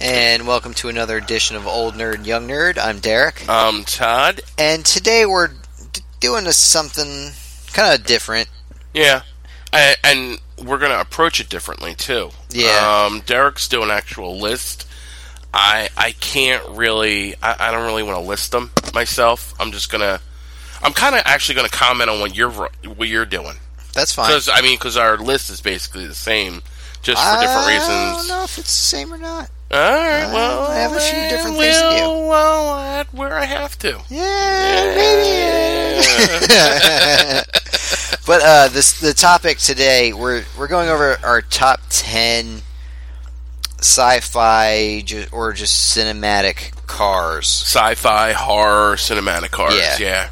and welcome to another edition of Old Nerd, Young Nerd. I'm Derek, Um, Todd. and today we're d- doing a something kind of different. Yeah, I, and we're gonna approach it differently too. Yeah. Um, Derek's doing an actual list. I I can't really. I, I don't really want to list them myself. I'm just gonna. I'm kind of actually gonna comment on what you're what you're doing That's fine. because I mean because our list is basically the same, just for different I reasons. don't know if it's the same or not. All right. Well, I have a few then different things to do. we'll- Well, add where I have to. Yeah, maybe. but uh, this the topic today. We're we're going over our top ten sci-fi ju- or just cinematic cars. sci-fi horror cinematic cars. Yeah. Yeah.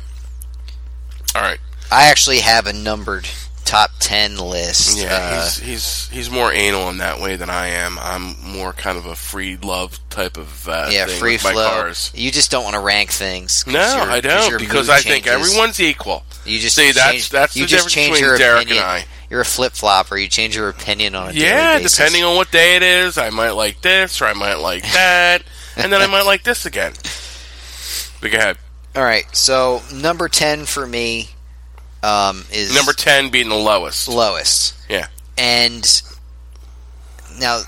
All right. I actually have a numbered top ten list. Yeah, uh, he's he's he's more anal in that way than I am. I'm more kind of a free love type of uh, yeah, thing free with my flow. cars. You just don't want to rank things. 'cause No, your- I 'cause don't your because mood I think changes. everyone's equal. You just See, that's change, that's you the just difference change between your Derek opinion. and I. You're a flip flopper. You change your opinion on a Yeah, daily basis. depending on what day it is, I might like this or I might like that, and then I might like this again. But go ahead. All right, so number ten for me um, is Number ten being the lowest. lowest, Yeah. and now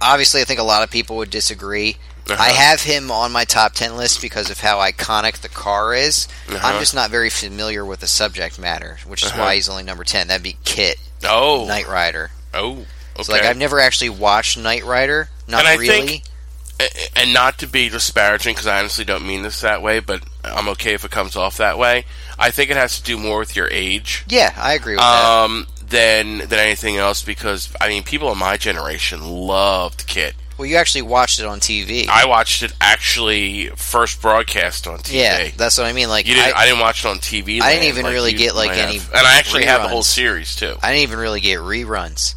obviously I think a lot of people would disagree. Uh-huh. I have him on my top ten list because of how iconic the car is. I'm Uh-huh. just not very familiar with the subject matter, which is Uh-huh. why he's only number ten. That'd be Kit, Oh. Knight Rider. Oh. Okay. So, like I've never actually watched Knight Rider, not And I really. think- A- and not to be disparaging because I honestly don't mean this that way, but I'm okay if it comes off that way. I think it has to do more with your age yeah, I agree with that. um, than than anything else because I mean people in my generation loved Kit. Well, you actually watched it on TV. I watched it actually first broadcast on TV. yeah, that's what I mean. Like You didn't, I, I, didn't watch it on TV. I didn't land even really you get, like, might any have. and I actually have the reruns. whole series too. I didn't even really get reruns.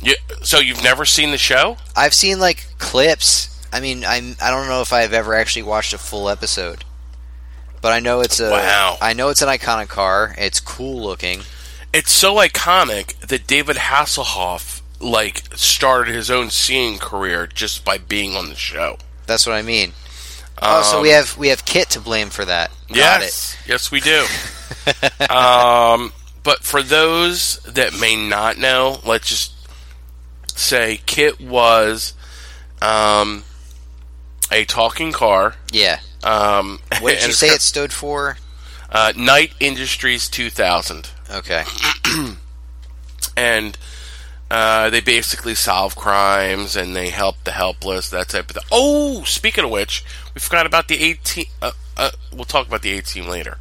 You, so you've never seen the show? I've seen like clips. I mean, I'm I don't know if I've ever actually watched a full episode, but I know it's a I Wow. know it's an iconic car. It's cool looking. It's so iconic that David Hasselhoff like started his own singing career just by being on the show. That's what I mean. oh, so we have we have Kit to blame for that. Got it. Um, Yes, yes, we do. um, but for those that may not know, let's just say Kit was um, a talking car. Yeah. Um, What did and you it's say got- it stood for? Uh, Knight Industries 2000, Okay. and uh, they basically solve crimes and they help the helpless, that type of thing. Oh, speaking of which, we forgot about the 18. Uh, uh, we'll talk about the 18 later.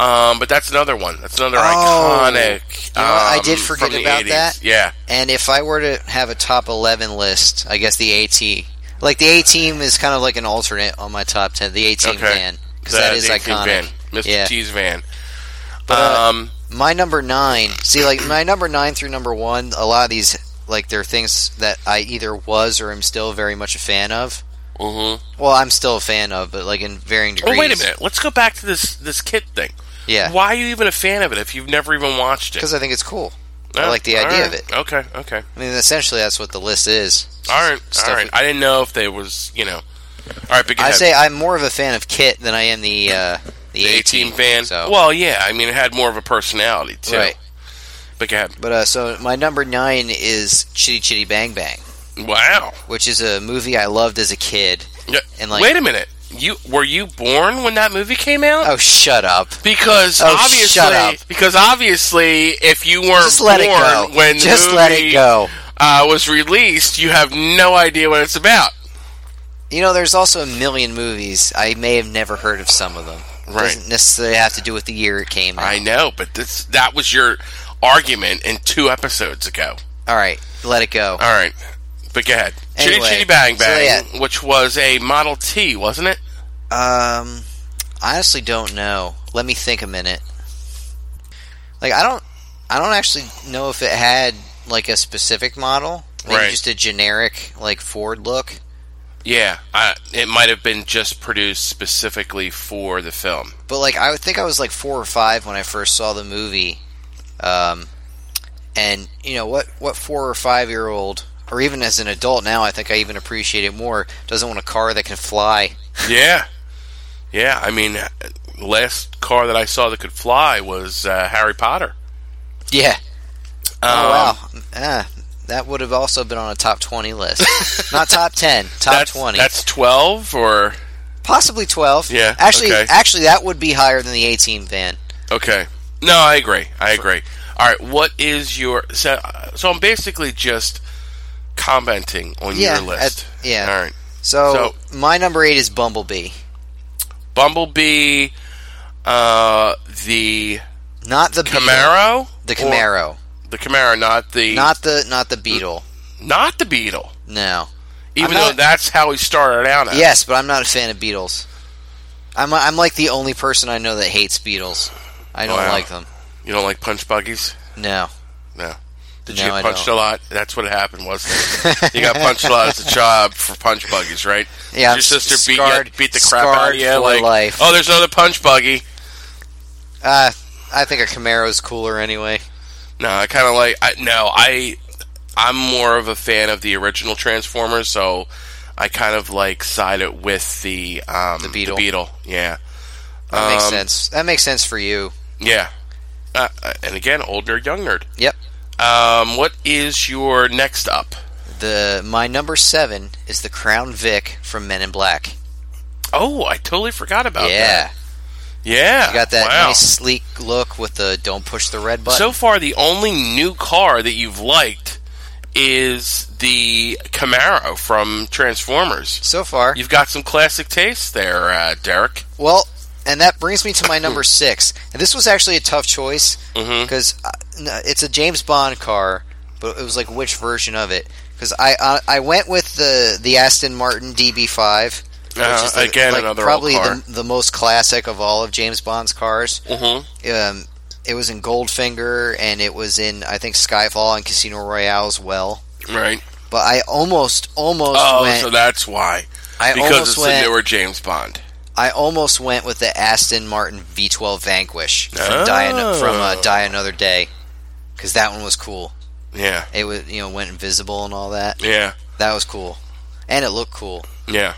Um, but that's another one. That's another Oh. iconic. You know what? I um, did forget from the about 80s. that. Yeah, And if I were to have a top eleven list, I guess the A T, like the A team, is kind of like an alternate on my top ten. The A team Okay. van because The- that is the 18 iconic. Van, Mr. Yeah. T's van. uh, um, my number nine see like my number nine through number one a lot of these like they're things that i either was or am still very much a fan of mhm. well i'm still a fan of but like in varying degrees Oh, wait a minute. Let's go back to this this Kit thing. yeah Why are you even a fan of it if you've never even watched it? because i think it's cool I Oh, like the all idea of right. it. Okay, okay. i mean essentially that's what the list is All right, stuff all right. we- I didn't know if they was, you know. All right, but go i ahead. say i'm more of a fan of kit than i am the uh the, the a A-team fan. so Well, yeah. I mean, it had more of a personality too. Right. But go ahead. but uh so my number nine is chitty chitty bang bang Wow. which is a movie i loved as a kid Yeah. and like Wait a minute. You were you born when that movie came out? oh shut up Because Oh, obviously, shut up. because obviously, if you weren't just let born it go when the just let it movie, go uh, was released, you have no idea what it's about. You know, there's also a million movies. I may have never heard of some of them. Right. Doesn't necessarily have to do with the year it came out. I know, but this that was your argument in two episodes ago. All right, let it go. All right, but go ahead. Anyway, Chitty Chitty Bang so Bang, which was a Model T, wasn't it? Um, I honestly don't know. Let me think a minute. Like, I don't, I don't actually know if it had like a specific model. Maybe Right. just a generic like Ford look. Yeah, I, it might have been just produced specifically for the film. But like, I would think I was like four or five when I first saw the movie. Um, and you know what? What four or five year old or even as an adult now, I think I even appreciate it more. Doesn't want a car that can fly. Yeah, yeah. I mean, the last car that I saw that could fly was uh, Harry Potter. Yeah. Um, oh wow. Ah, that would have also been on a top twenty list, not top ten, top that's, twenty, That's twelve or possibly twelve. Yeah, Actually, okay. actually, that would be higher than the eighteen van. okay. No, I agree. I agree. All right. What is your so? So I'm basically just commenting on Yeah, your list. at- yeah. All right. So, my number eight is Bumblebee, Bumblebee, uh, the not the Beetle. Camaro, the Or- Camaro, the Camaro, not the not the not the Beetle. not the Beetle. No. Even I'm not- though that's how he started out. As. Yes, but I'm not a fan of Beatles. I'm I'm like the only person I know that hates Beatles. I don't Wow. like them. You don't like punch buggies? No. No. Did No, you I get punched don't. a lot? That's what happened, wasn't it? you got punched a lot as a child for punch buggies, right? Yeah, I'm Your sister beat, scarred- you, beat the crap out of you. scarred for Like, life. oh, there's another punch buggy. Uh, I think a Camaro's cooler anyway. No, I kind of like. I, no, I. I'm more of a fan of the original Transformers, so I kind of like sided with the um, the Beetle. Yeah, That makes Um, sense. That makes sense for you. yeah. Uh, uh, and again, old nerd, young nerd. Yep. Um, what is your next up? The my number seven is the Crown Vic from Men in Black. Oh, I totally forgot about yeah, that. Yeah. you got that wow. nice sleek look with the don't push the red button. So far, the only new car that you've liked is the Camaro from Transformers. So far, You've got some classic taste there, uh, Derek. well, and that brings me to my number six. And this was actually a tough choice Mm-hmm. Hmm. because uh, it's a James Bond car, but it was like which version of it? Because I, I I went with the the Aston Martin DB5. which Uh, is the- again, like, another old probably car. The, the most classic of all of James Bond's cars. Mm-hmm. um, it was in Goldfinger and it was in I think Skyfall and Casino Royale as well. Right. But I almost almost Oh, went so that's why. I Because almost it's went the newer James Bond. I almost went with the Aston Martin V12 Vanquish from Oh. Die An- from uh, Die Another Day because that one was cool. Yeah. It was you know went invisible and all that. Yeah. That was cool, and it looked cool. Yeah.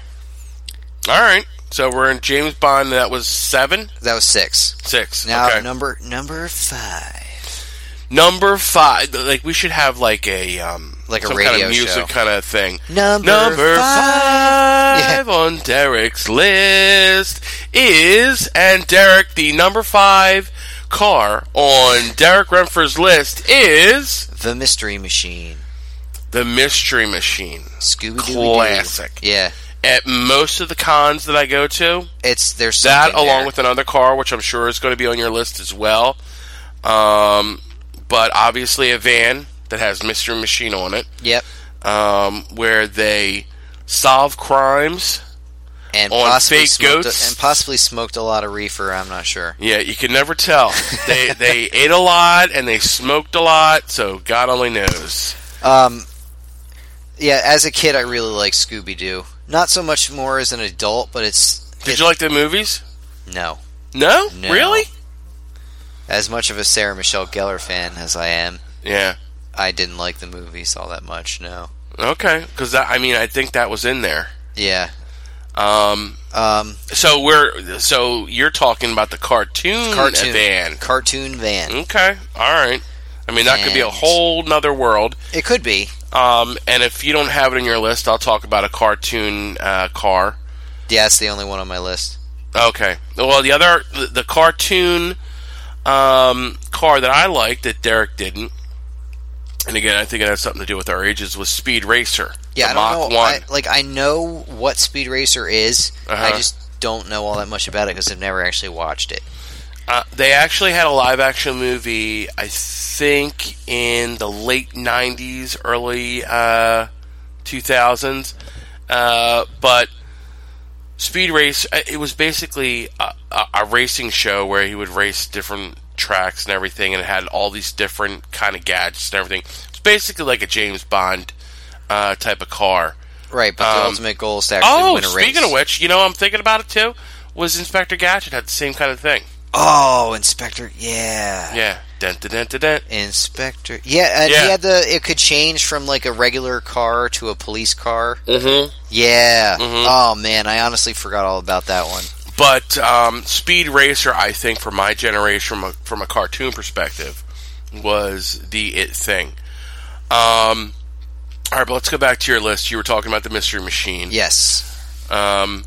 All right. So we're in James Bond. That was seven, That was six. six. Now okay. number number five. Number five. Like we should have like a um Like a some kind radio of music show. kind of thing. Number, Number five. five on Derek's list is, and Derek, the number five car on Derek Renford's list is The Mystery Machine. the Mystery Machine. Scooby Doo. Classic. Yeah. At most of the cons that I go to, It's there's that something along there. with another car, which I'm sure is going to be on your list as well. Um, but obviously, a van that has Mystery Machine on it, yep, um, where they solve crimes. and on possibly fake smoked a- goats. and possibly smoked a lot of reefer. I'm not sure. Yeah, you can never tell. They they ate a lot and they smoked a lot, so God only knows. Um, yeah, as a kid, I really liked Scooby Doo. Not so much more as an adult, but it's Did you like the movies? no No? No. Really? as much of a Sarah Michelle Gellar fan as I am. Yeah. I didn't like the movies all that much. No, Okay, because I mean I think that was in there. yeah, Um, um, so we're so you're talking about the cartoon, cartoon van. cartoon van. Okay, all right. I mean that could be a And- whole nother world. It could be. Um, and if you don't have it in your list, I'll talk about a cartoon uh, car. Yeah, it's the only one on my list. Okay. Well, the other the, the cartoon um, car that I liked that Derek didn't, and again, I think it has something to do with our ages, was Speed Racer. Yeah, the I don't Mach know. One. I, like I know what Speed Racer is. I Uh-huh. just don't know all that much about it because I've never actually watched it. Uh, they actually had a live action movie, I think, in the late '90s, early uh, 2000s. Uh, but Speed Race, uh, it was basically a, a, a racing show where he would race different tracks and everything, and it had all these different kind of gadgets and everything. It's basically like a James Bond uh, type of car. Right, but the Um, ultimate goal is to actually Oh, win a race. speaking of which, you know, I'm thinking about it too. Was Inspector Gadget had the same kind of thing? Oh, Inspector, yeah. Yeah. Dun, dun, dun, dun, dun. Inspector. Yeah, and Yeah. he had the. It could change from like a regular car to a police car. Mm-hmm. Yeah. Mhm. Oh man, I honestly forgot all about that one. But um, Speed Racer, I think, for my generation, from a, from a cartoon perspective, was the it thing. Um, all right, but let's go back to your list. You were talking about the Mystery Machine. Yes. Um,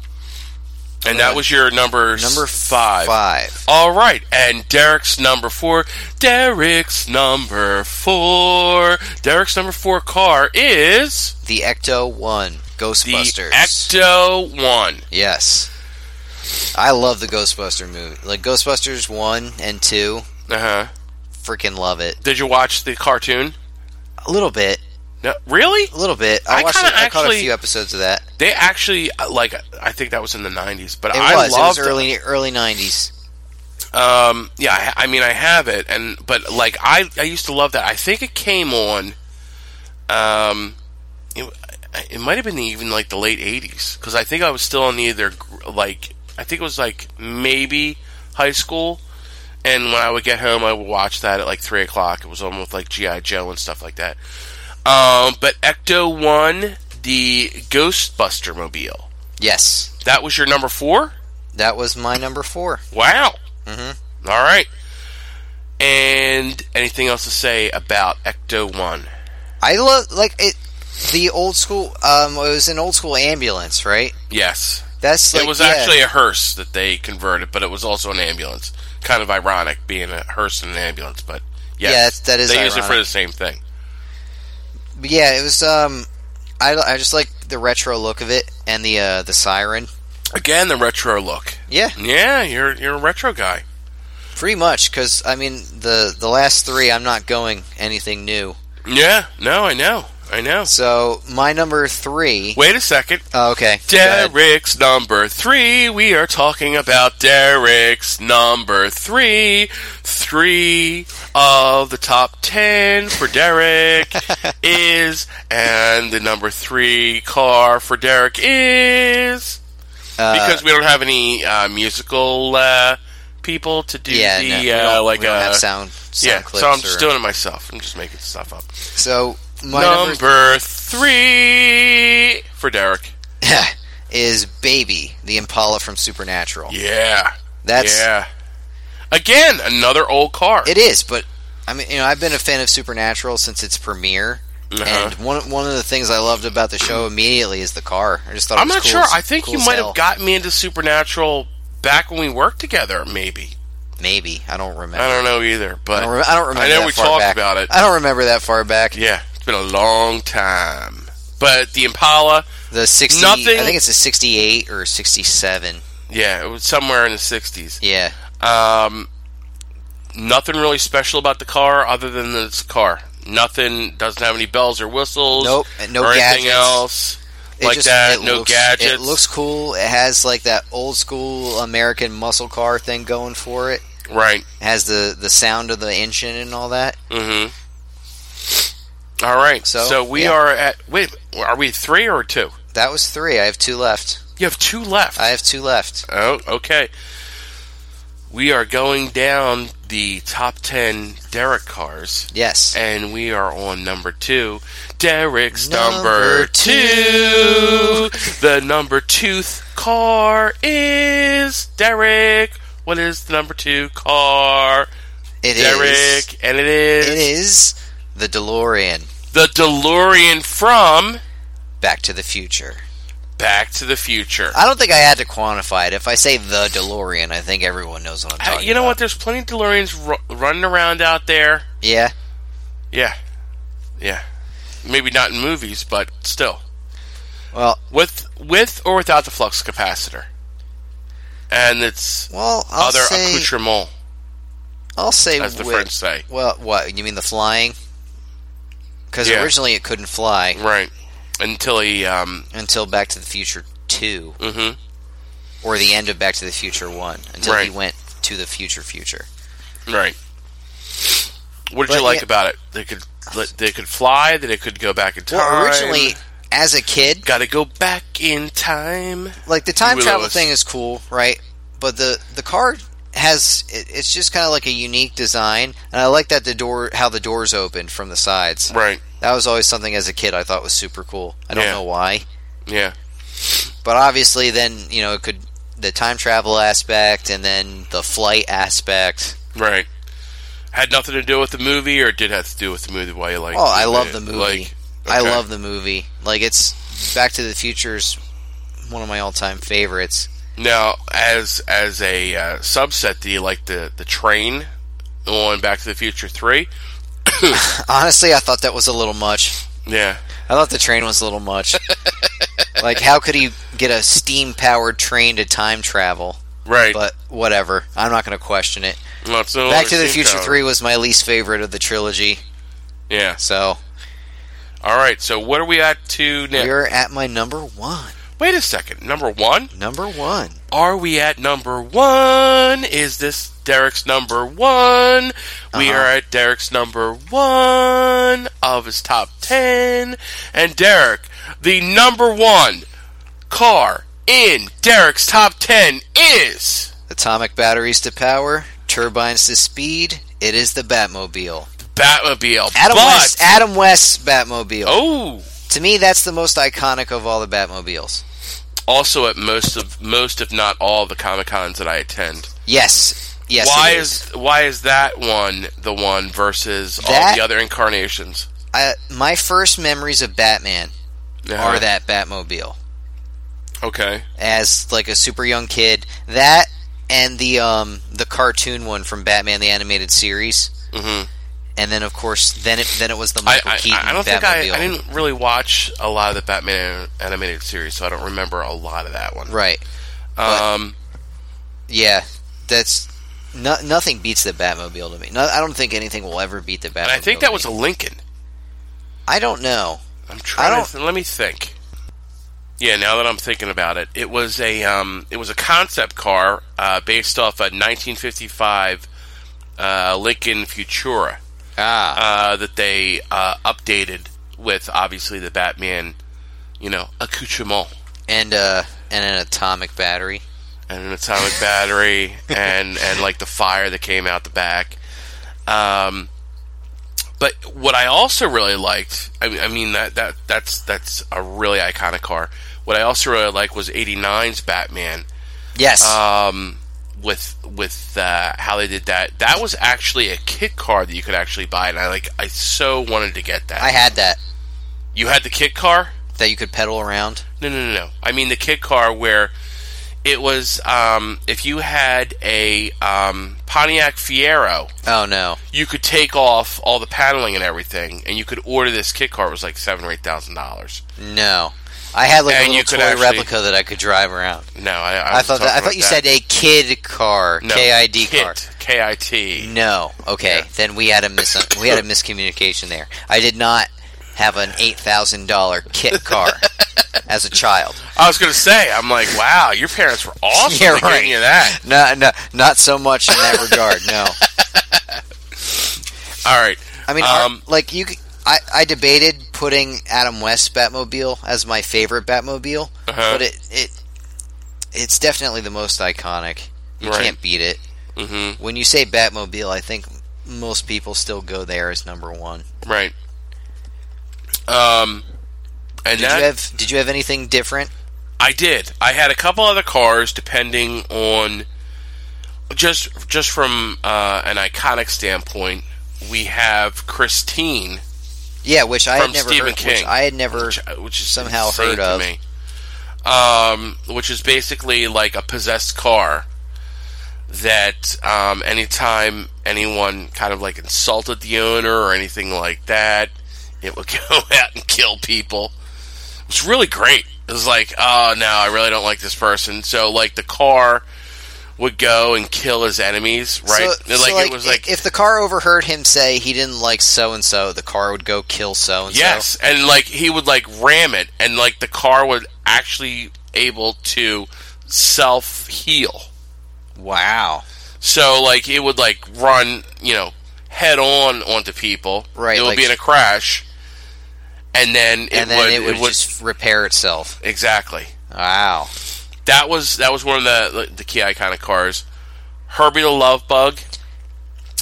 and that Uh, was your number s- Number five. Five. All right, and Derek's number four. Derek's number four. Derek's number four car is The Ecto One. the Ghostbusters. Ecto One. yes. I love the Ghostbuster movie. Like Ghostbusters one and two. Uh huh. Freaking love it. Did you watch the cartoon? A little bit. No, really? A little bit. I, I watched. kinda it- I caught a actually- few episodes of that. They actually like I think that was in the '90s, but It I was. It was loved. early early nineties. Um, yeah, I, ha- I mean I have it, and but like I I used to love that. I think it came on. Um, it, it might have been even like the late '80s because I think I was still in either gr- like I think it was like maybe high school, and when I would get home, I would watch that at like three o'clock. It was on with like GI Joe and stuff like that. Um, but Ecto One, the Ghostbuster mobile. Yes. That was your number four? That was my number four. Wow. Mhm. All right. And anything else to say about Ecto 1? I love like it. The old school. Um, it was an old school ambulance, right? Yes. That's like, it was yeah. actually a hearse that they converted, but it was also an ambulance. Kind of ironic being a hearse and an ambulance, but yes. Yeah, that- that is They use it for ironic. the same thing. But yeah, it was. Um, I, I just like the retro look of it and the uh, the siren. Again, the retro look. Yeah, Yeah, you're you're a retro guy. pretty much. Because I mean, the the last three, I'm not going anything new. Yeah, no, I know. I know. So my number three. Wait a second. Oh, okay. go ahead. Derek's number three. We are talking about Derek's number three. Three of the top ten for Derek is, and the number three car for Derek is Uh, because we don't have any uh, musical uh, people to do yeah, no, we the uh, don't, like we don't uh, have sound. sound yeah. clips So I'm or- just doing it myself. I'm just making stuff up. So my Number, number, three for Derek. is Baby, the Impala from Supernatural. Yeah. That's yeah. Again, another old car. It is, but I mean, you know, I've been a fan of Supernatural since its premiere, Uh-huh. and one one of the things I loved about the show immediately is the car. I just thought it I'm was not cool sure. as- I think cool you as might hell. have gotten me into Supernatural back when we worked together. Maybe maybe I don't remember. I don't know either, I but don't, re- I don't remember. know that we far talked back. about it. I don't remember that far back. yeah, it's been a long time. But the Impala, The sixty. Nothing- I think it's a sixty-eight or sixty-seven. yeah, it was somewhere in the '60s. Yeah, Um, nothing really special about the car other than that it's a car. Nothing doesn't have any bells or whistles. Nope, and no or anything gadgets. else It like just- that. it No looks, gadgets. It looks cool. It has like that old school American muscle car thing going for it. right. It has the the sound of the engine and all that. Mm-hmm. All right. So, So, we yeah. are at. Wait, are we three or two? That was three. I have two left. You have two left. I have two left. oh, okay. We are going down the top ten Derek cars, Yes. and we are on number two. Derek's number, Number two. two. The number two th- car is Derek. What is the number two car? It is. Derek, and it is, It is the DeLorean. the DeLorean from. Back to the Future. Back to the Future. I don't think I had to quantify it. If I say the DeLorean, I think everyone knows what I'm Hey, talking. you know what? about. There's plenty of DeLoreans ru- running around out there. Yeah. Yeah, yeah. Maybe not in movies, but still, Well, with with or without the flux capacitor, and its well, I'll other say accoutrement, I'll say as the with- French say. Well, what you mean the flying? Because Yeah. originally it couldn't fly Right. Until he, um, until Back to the Future Two, mhm. or the end of Back to the Future One, until he Right. went to the future future. right. What did But you like yeah. about it? They could let- they could fly. That it could go back in time. Well, originally, as a kid, got to go back in time. like the time Huey travel Lewis. thing is cool, right? But the the car has it, it's just kind of like a unique design, and I like that the door how the doors open from the sides. Right. That was always something as a kid I thought was super cool. I don't Yeah. know why, Yeah. but obviously then you know it could the time travel aspect and then the flight aspect. Right. Had nothing to do with the movie, or did have to do with the movie? Why you like? Oh, I love the movie. Like, I okay. love the movie. Like it's Back to the Future's one of my all-time favorites. Now, as as a uh, subset, do you like the the train on Back to the Future Three? Honestly, I thought that was a little much. Yeah, I thought the train was a little much. like how could he get a steam-powered train to time travel? right. But whatever. I'm not going to question it. Well, it's no Back longer to the steam Future powered. 3 was my least favorite of the trilogy. Yeah. So, All right. So what are we at to now? we're at my number 1. Wait a second. Number one. Number 1. Are we at number one? Is this Derek's number one? We Uh-huh. are at Derek's number one of his top ten. And Derek, the number one car in Derek's top ten is Atomic batteries to power, turbines to speed. It is the Batmobile. Batmobile. Adam but, West, Adam West's Batmobile. oh, To me, that's the most iconic of all the Batmobiles. also at most of most if not all the Comic Cons that I attend. Yes, yes. why it is why is that one the one versus all That- the other incarnations? I, my first memories of Batman Uh-huh. are that Batmobile okay? as like a super young kid. That and the um the cartoon one from Batman the animated series, hmm and then of course then it then it was the I, Michael I, Keaton I don't Batmobile. think I, I didn't really watch a lot of the Batman animated series, so I don't remember a lot of that one. Right? Um, Yeah, that's. No, nothing beats the Batmobile to me. No, I don't think anything will ever beat the Batmobile. and I think to that was me. a Lincoln. I don't know. I'm trying. don't- to th- let me think. Yeah, now that I'm thinking about it, it was a um, it was a concept car uh, based off a 1955 uh, Lincoln Futura. Ah, uh, that they uh, updated with obviously the Batman, you know, accoutrement and uh, and an atomic battery. and an atomic battery and and like the fire that came out the back. Um, but what I also really liked, I, I mean that that that's that's a really iconic car. What I also really liked was '89's Batman Yes. um, with with uh, how they did that. That was actually a kit car that you could actually buy, and I like I so wanted to get that. I had that you had the kit car. that you could pedal around. No, no, no, no. I mean the kit car where it was um, if you had a um, Pontiac Fiero, Oh no, you could take off all the paneling and everything, and you could order this kit car. It was like seven or eight thousand dollars. no! I had like And a you little could toy actually- replica that I could drive around. No, I, I, I was thought talking that, I about thought you said a kid car, No, KID kit, car. KIT. No, okay, Yeah. then we had a mis- we had a miscommunication there. I did not have an eight thousand dollar kit car as a child. I was gonna say, I'm like, wow, your parents were awesome. Yeah, to getting right. You that. No, no, not so much in that regard. No, All right. I mean, Um, our- like you, c- I, I debated putting Adam West's Batmobile as my favorite Batmobile, Uh-huh. but it, it it's definitely the most iconic. You Right. can't beat it. hmm When you say Batmobile, I think most people still go there as number one. Right. Um, and Did that, you have Did you have anything different? I did. I had a couple other cars, depending on just just from uh, an iconic standpoint. We have Christine, Yeah, which I From had never Stephen heard. Which King. I had never. which, uh, which is Somehow insane heard to of. me. Um, which is basically like a possessed car that um, anytime anyone kind of like insulted the owner or anything like that, it would go out and kill people. It was really great. It was like, oh no, I really don't like this person. So like the car would go and kill his enemies, right? So, And, so, like, like, it was like if, if the car overheard him say he didn't like so and so, the car would go kill so and so. Yes, and like he would like ram it, and like the car was actually able to self heal. Wow. So like it would like run, you know, head on onto people. Right, It would like- be in a crash, and then it and then would. it would just repair itself. exactly. Wow. That was that was one of the the key iconic cars. Herbie the Love Bug.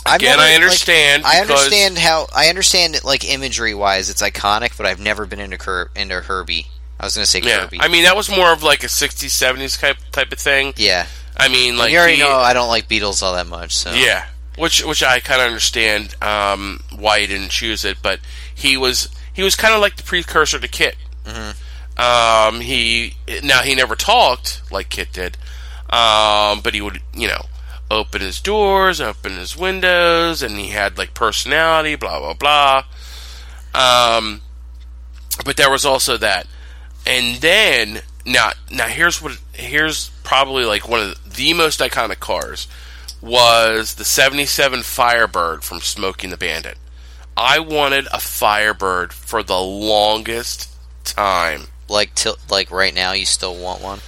I've Again, I understand Like, I because- understand how I understand it, like imagery wise, it's iconic, but I've never been into Cur- into Herbie. I was gonna say Yeah, Kirby. I mean that was more of like a '60s, '70s type type of thing. yeah, I mean, like you already he- know I don't like Beatles all that much. So Yeah, which which I kind of understand um, why he didn't choose it, but he was he was kind of like the precursor to Kit. Um, he now he never talked like Kit did, um, but he would you know open his doors, open his windows, and he had like personality, blah blah blah. Um, but there was also that, and then now now here's what here's probably like one of the most iconic cars was the '77 Firebird from Smoking the Bandit. I wanted a Firebird for the longest time. like till like right now, you still want one?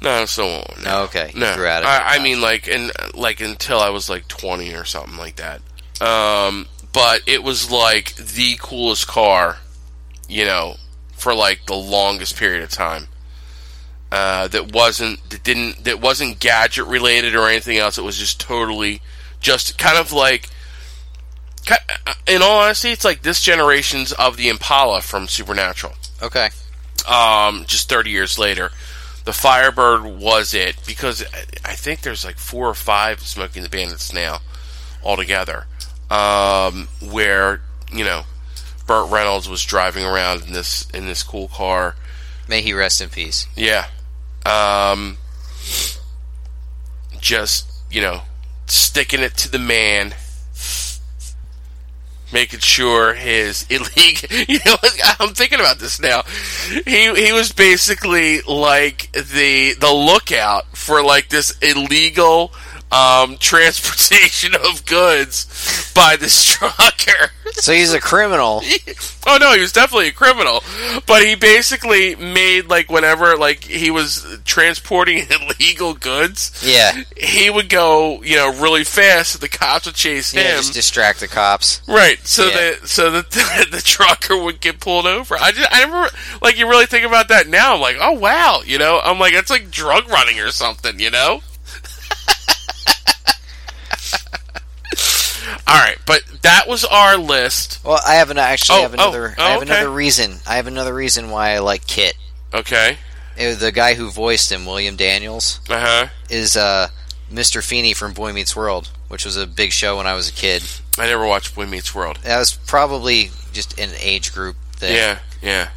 No, so won't. No, Okay, you no. grew out of I, I mean, like, and like until I was like twenty or something like that. Um, but it was like the coolest car, you know, for like the longest period of time. Uh, that wasn't that didn't that wasn't gadget related or anything else. It was just totally, just kind of like. ki- uh, In all honesty, it's like this generation's of the Impala from Supernatural Okay, um, just 30 years later. The Firebird was it because I- I think there's like four or five Smoking the Bandits now altogether, um, where you know Burt Reynolds was driving around in this in this cool car. may he rest in peace. Yeah, um, just you know sticking it to the man. Making sure his illegal, you know, I'm thinking about this now. He he was basically like the the lookout for like this illegal um, transportation of goods by this trucker. So he's a criminal. oh no, he was definitely a criminal. But he basically made like whenever like he was transporting illegal goods, Yeah, he would go you know really fast. So the cops would chase yeah, him, just distract the cops. right? So Yeah. that so that the, the trucker would get pulled over. I just I never like you really think about that now. I'm like, oh wow, you know, I'm like it's like drug running or something, you know. All right, but that was our list. Well, I have an actually Oh, have oh, another. I oh, have okay. another reason. I have another reason why I like Kit. Okay. It was the guy who voiced him, William Daniels, Uh huh. is uh, Mr. Feeney from Boy Meets World, which was a big show when I was a kid. I never watched Boy Meets World. That was probably just an age group thing. Yeah, yeah.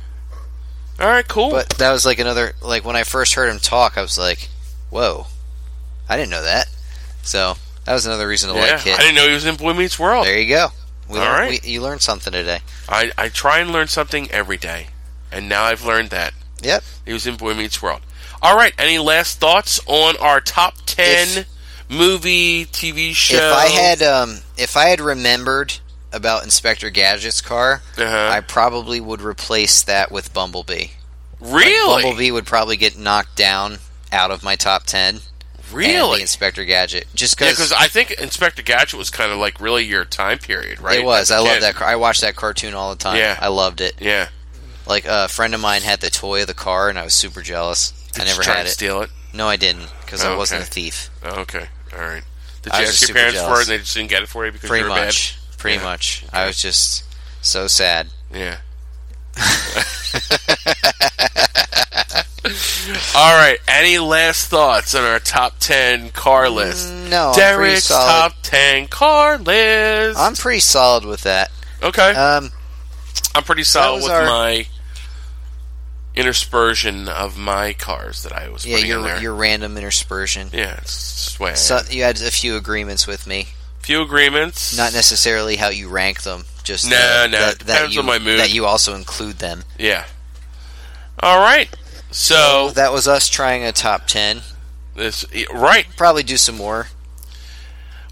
All right, cool. But that was like another like when I first heard him talk, I was like, "Whoa, I didn't know that." So that was another reason to yeah, like I Kit. didn't know he was in Boy Meets World. oh, There you go. We All learned- right. we- you learned something today. I, I try and learn something every day, and now I've learned that Yep. he was in Boy Meets World. All right, any last thoughts on our top ten movie, TV show? If I had um, if I had remembered about Inspector Gadget's car, Uh-huh. I probably would replace that with Bumblebee. really, Bumblebee would probably get knocked down out of my top ten. and really, the Inspector Gadget, just because because I think Inspector Gadget was kind of like really your time period, right? it was. As I a love kid. that. car. I watched that cartoon all the time. Yeah. I loved it. Yeah, Like a friend of mine had the toy of the car, and I was super jealous. I Did you never try had to it. Steal it. no, I didn't because Oh, I wasn't a okay. thief. Oh, okay, all right. Did I you was ask just your super parents for it jealous. and they just didn't get it for you because Pretty you were much. Pretty Yeah. much. I was just so sad. bad? Yeah. All right. Any last thoughts on our top ten car list? Mm, No, Mm-hmm. Oh, I'm pretty Derek's solid. top ten car list. I'm pretty solid with that. okay. Um, I'm pretty solid was with our- my interspersion of my cars that I was yeah, putting in your there. your random interspersion. yeah, it's just the way I am. So you had a few agreements with me, few agreements. not necessarily how you rank them. Just No, uh, no, that, it that depends you, on my mood. That you also include them. Yeah. All right. So That was us trying a top ten. this right. Probably do some more.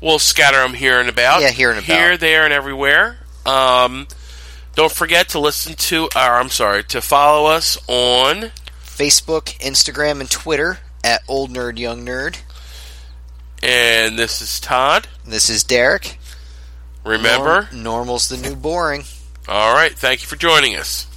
We'll scatter them here and about. Yeah, here and about. Here, there, and everywhere. Um, don't forget to listen to, or I'm sorry, to follow us on. Facebook, Instagram, and Twitter at Old Nerd Young Nerd. And this is Todd. This is Derek. Remember. Norm- normal's the new boring. All right. Thank you for joining us.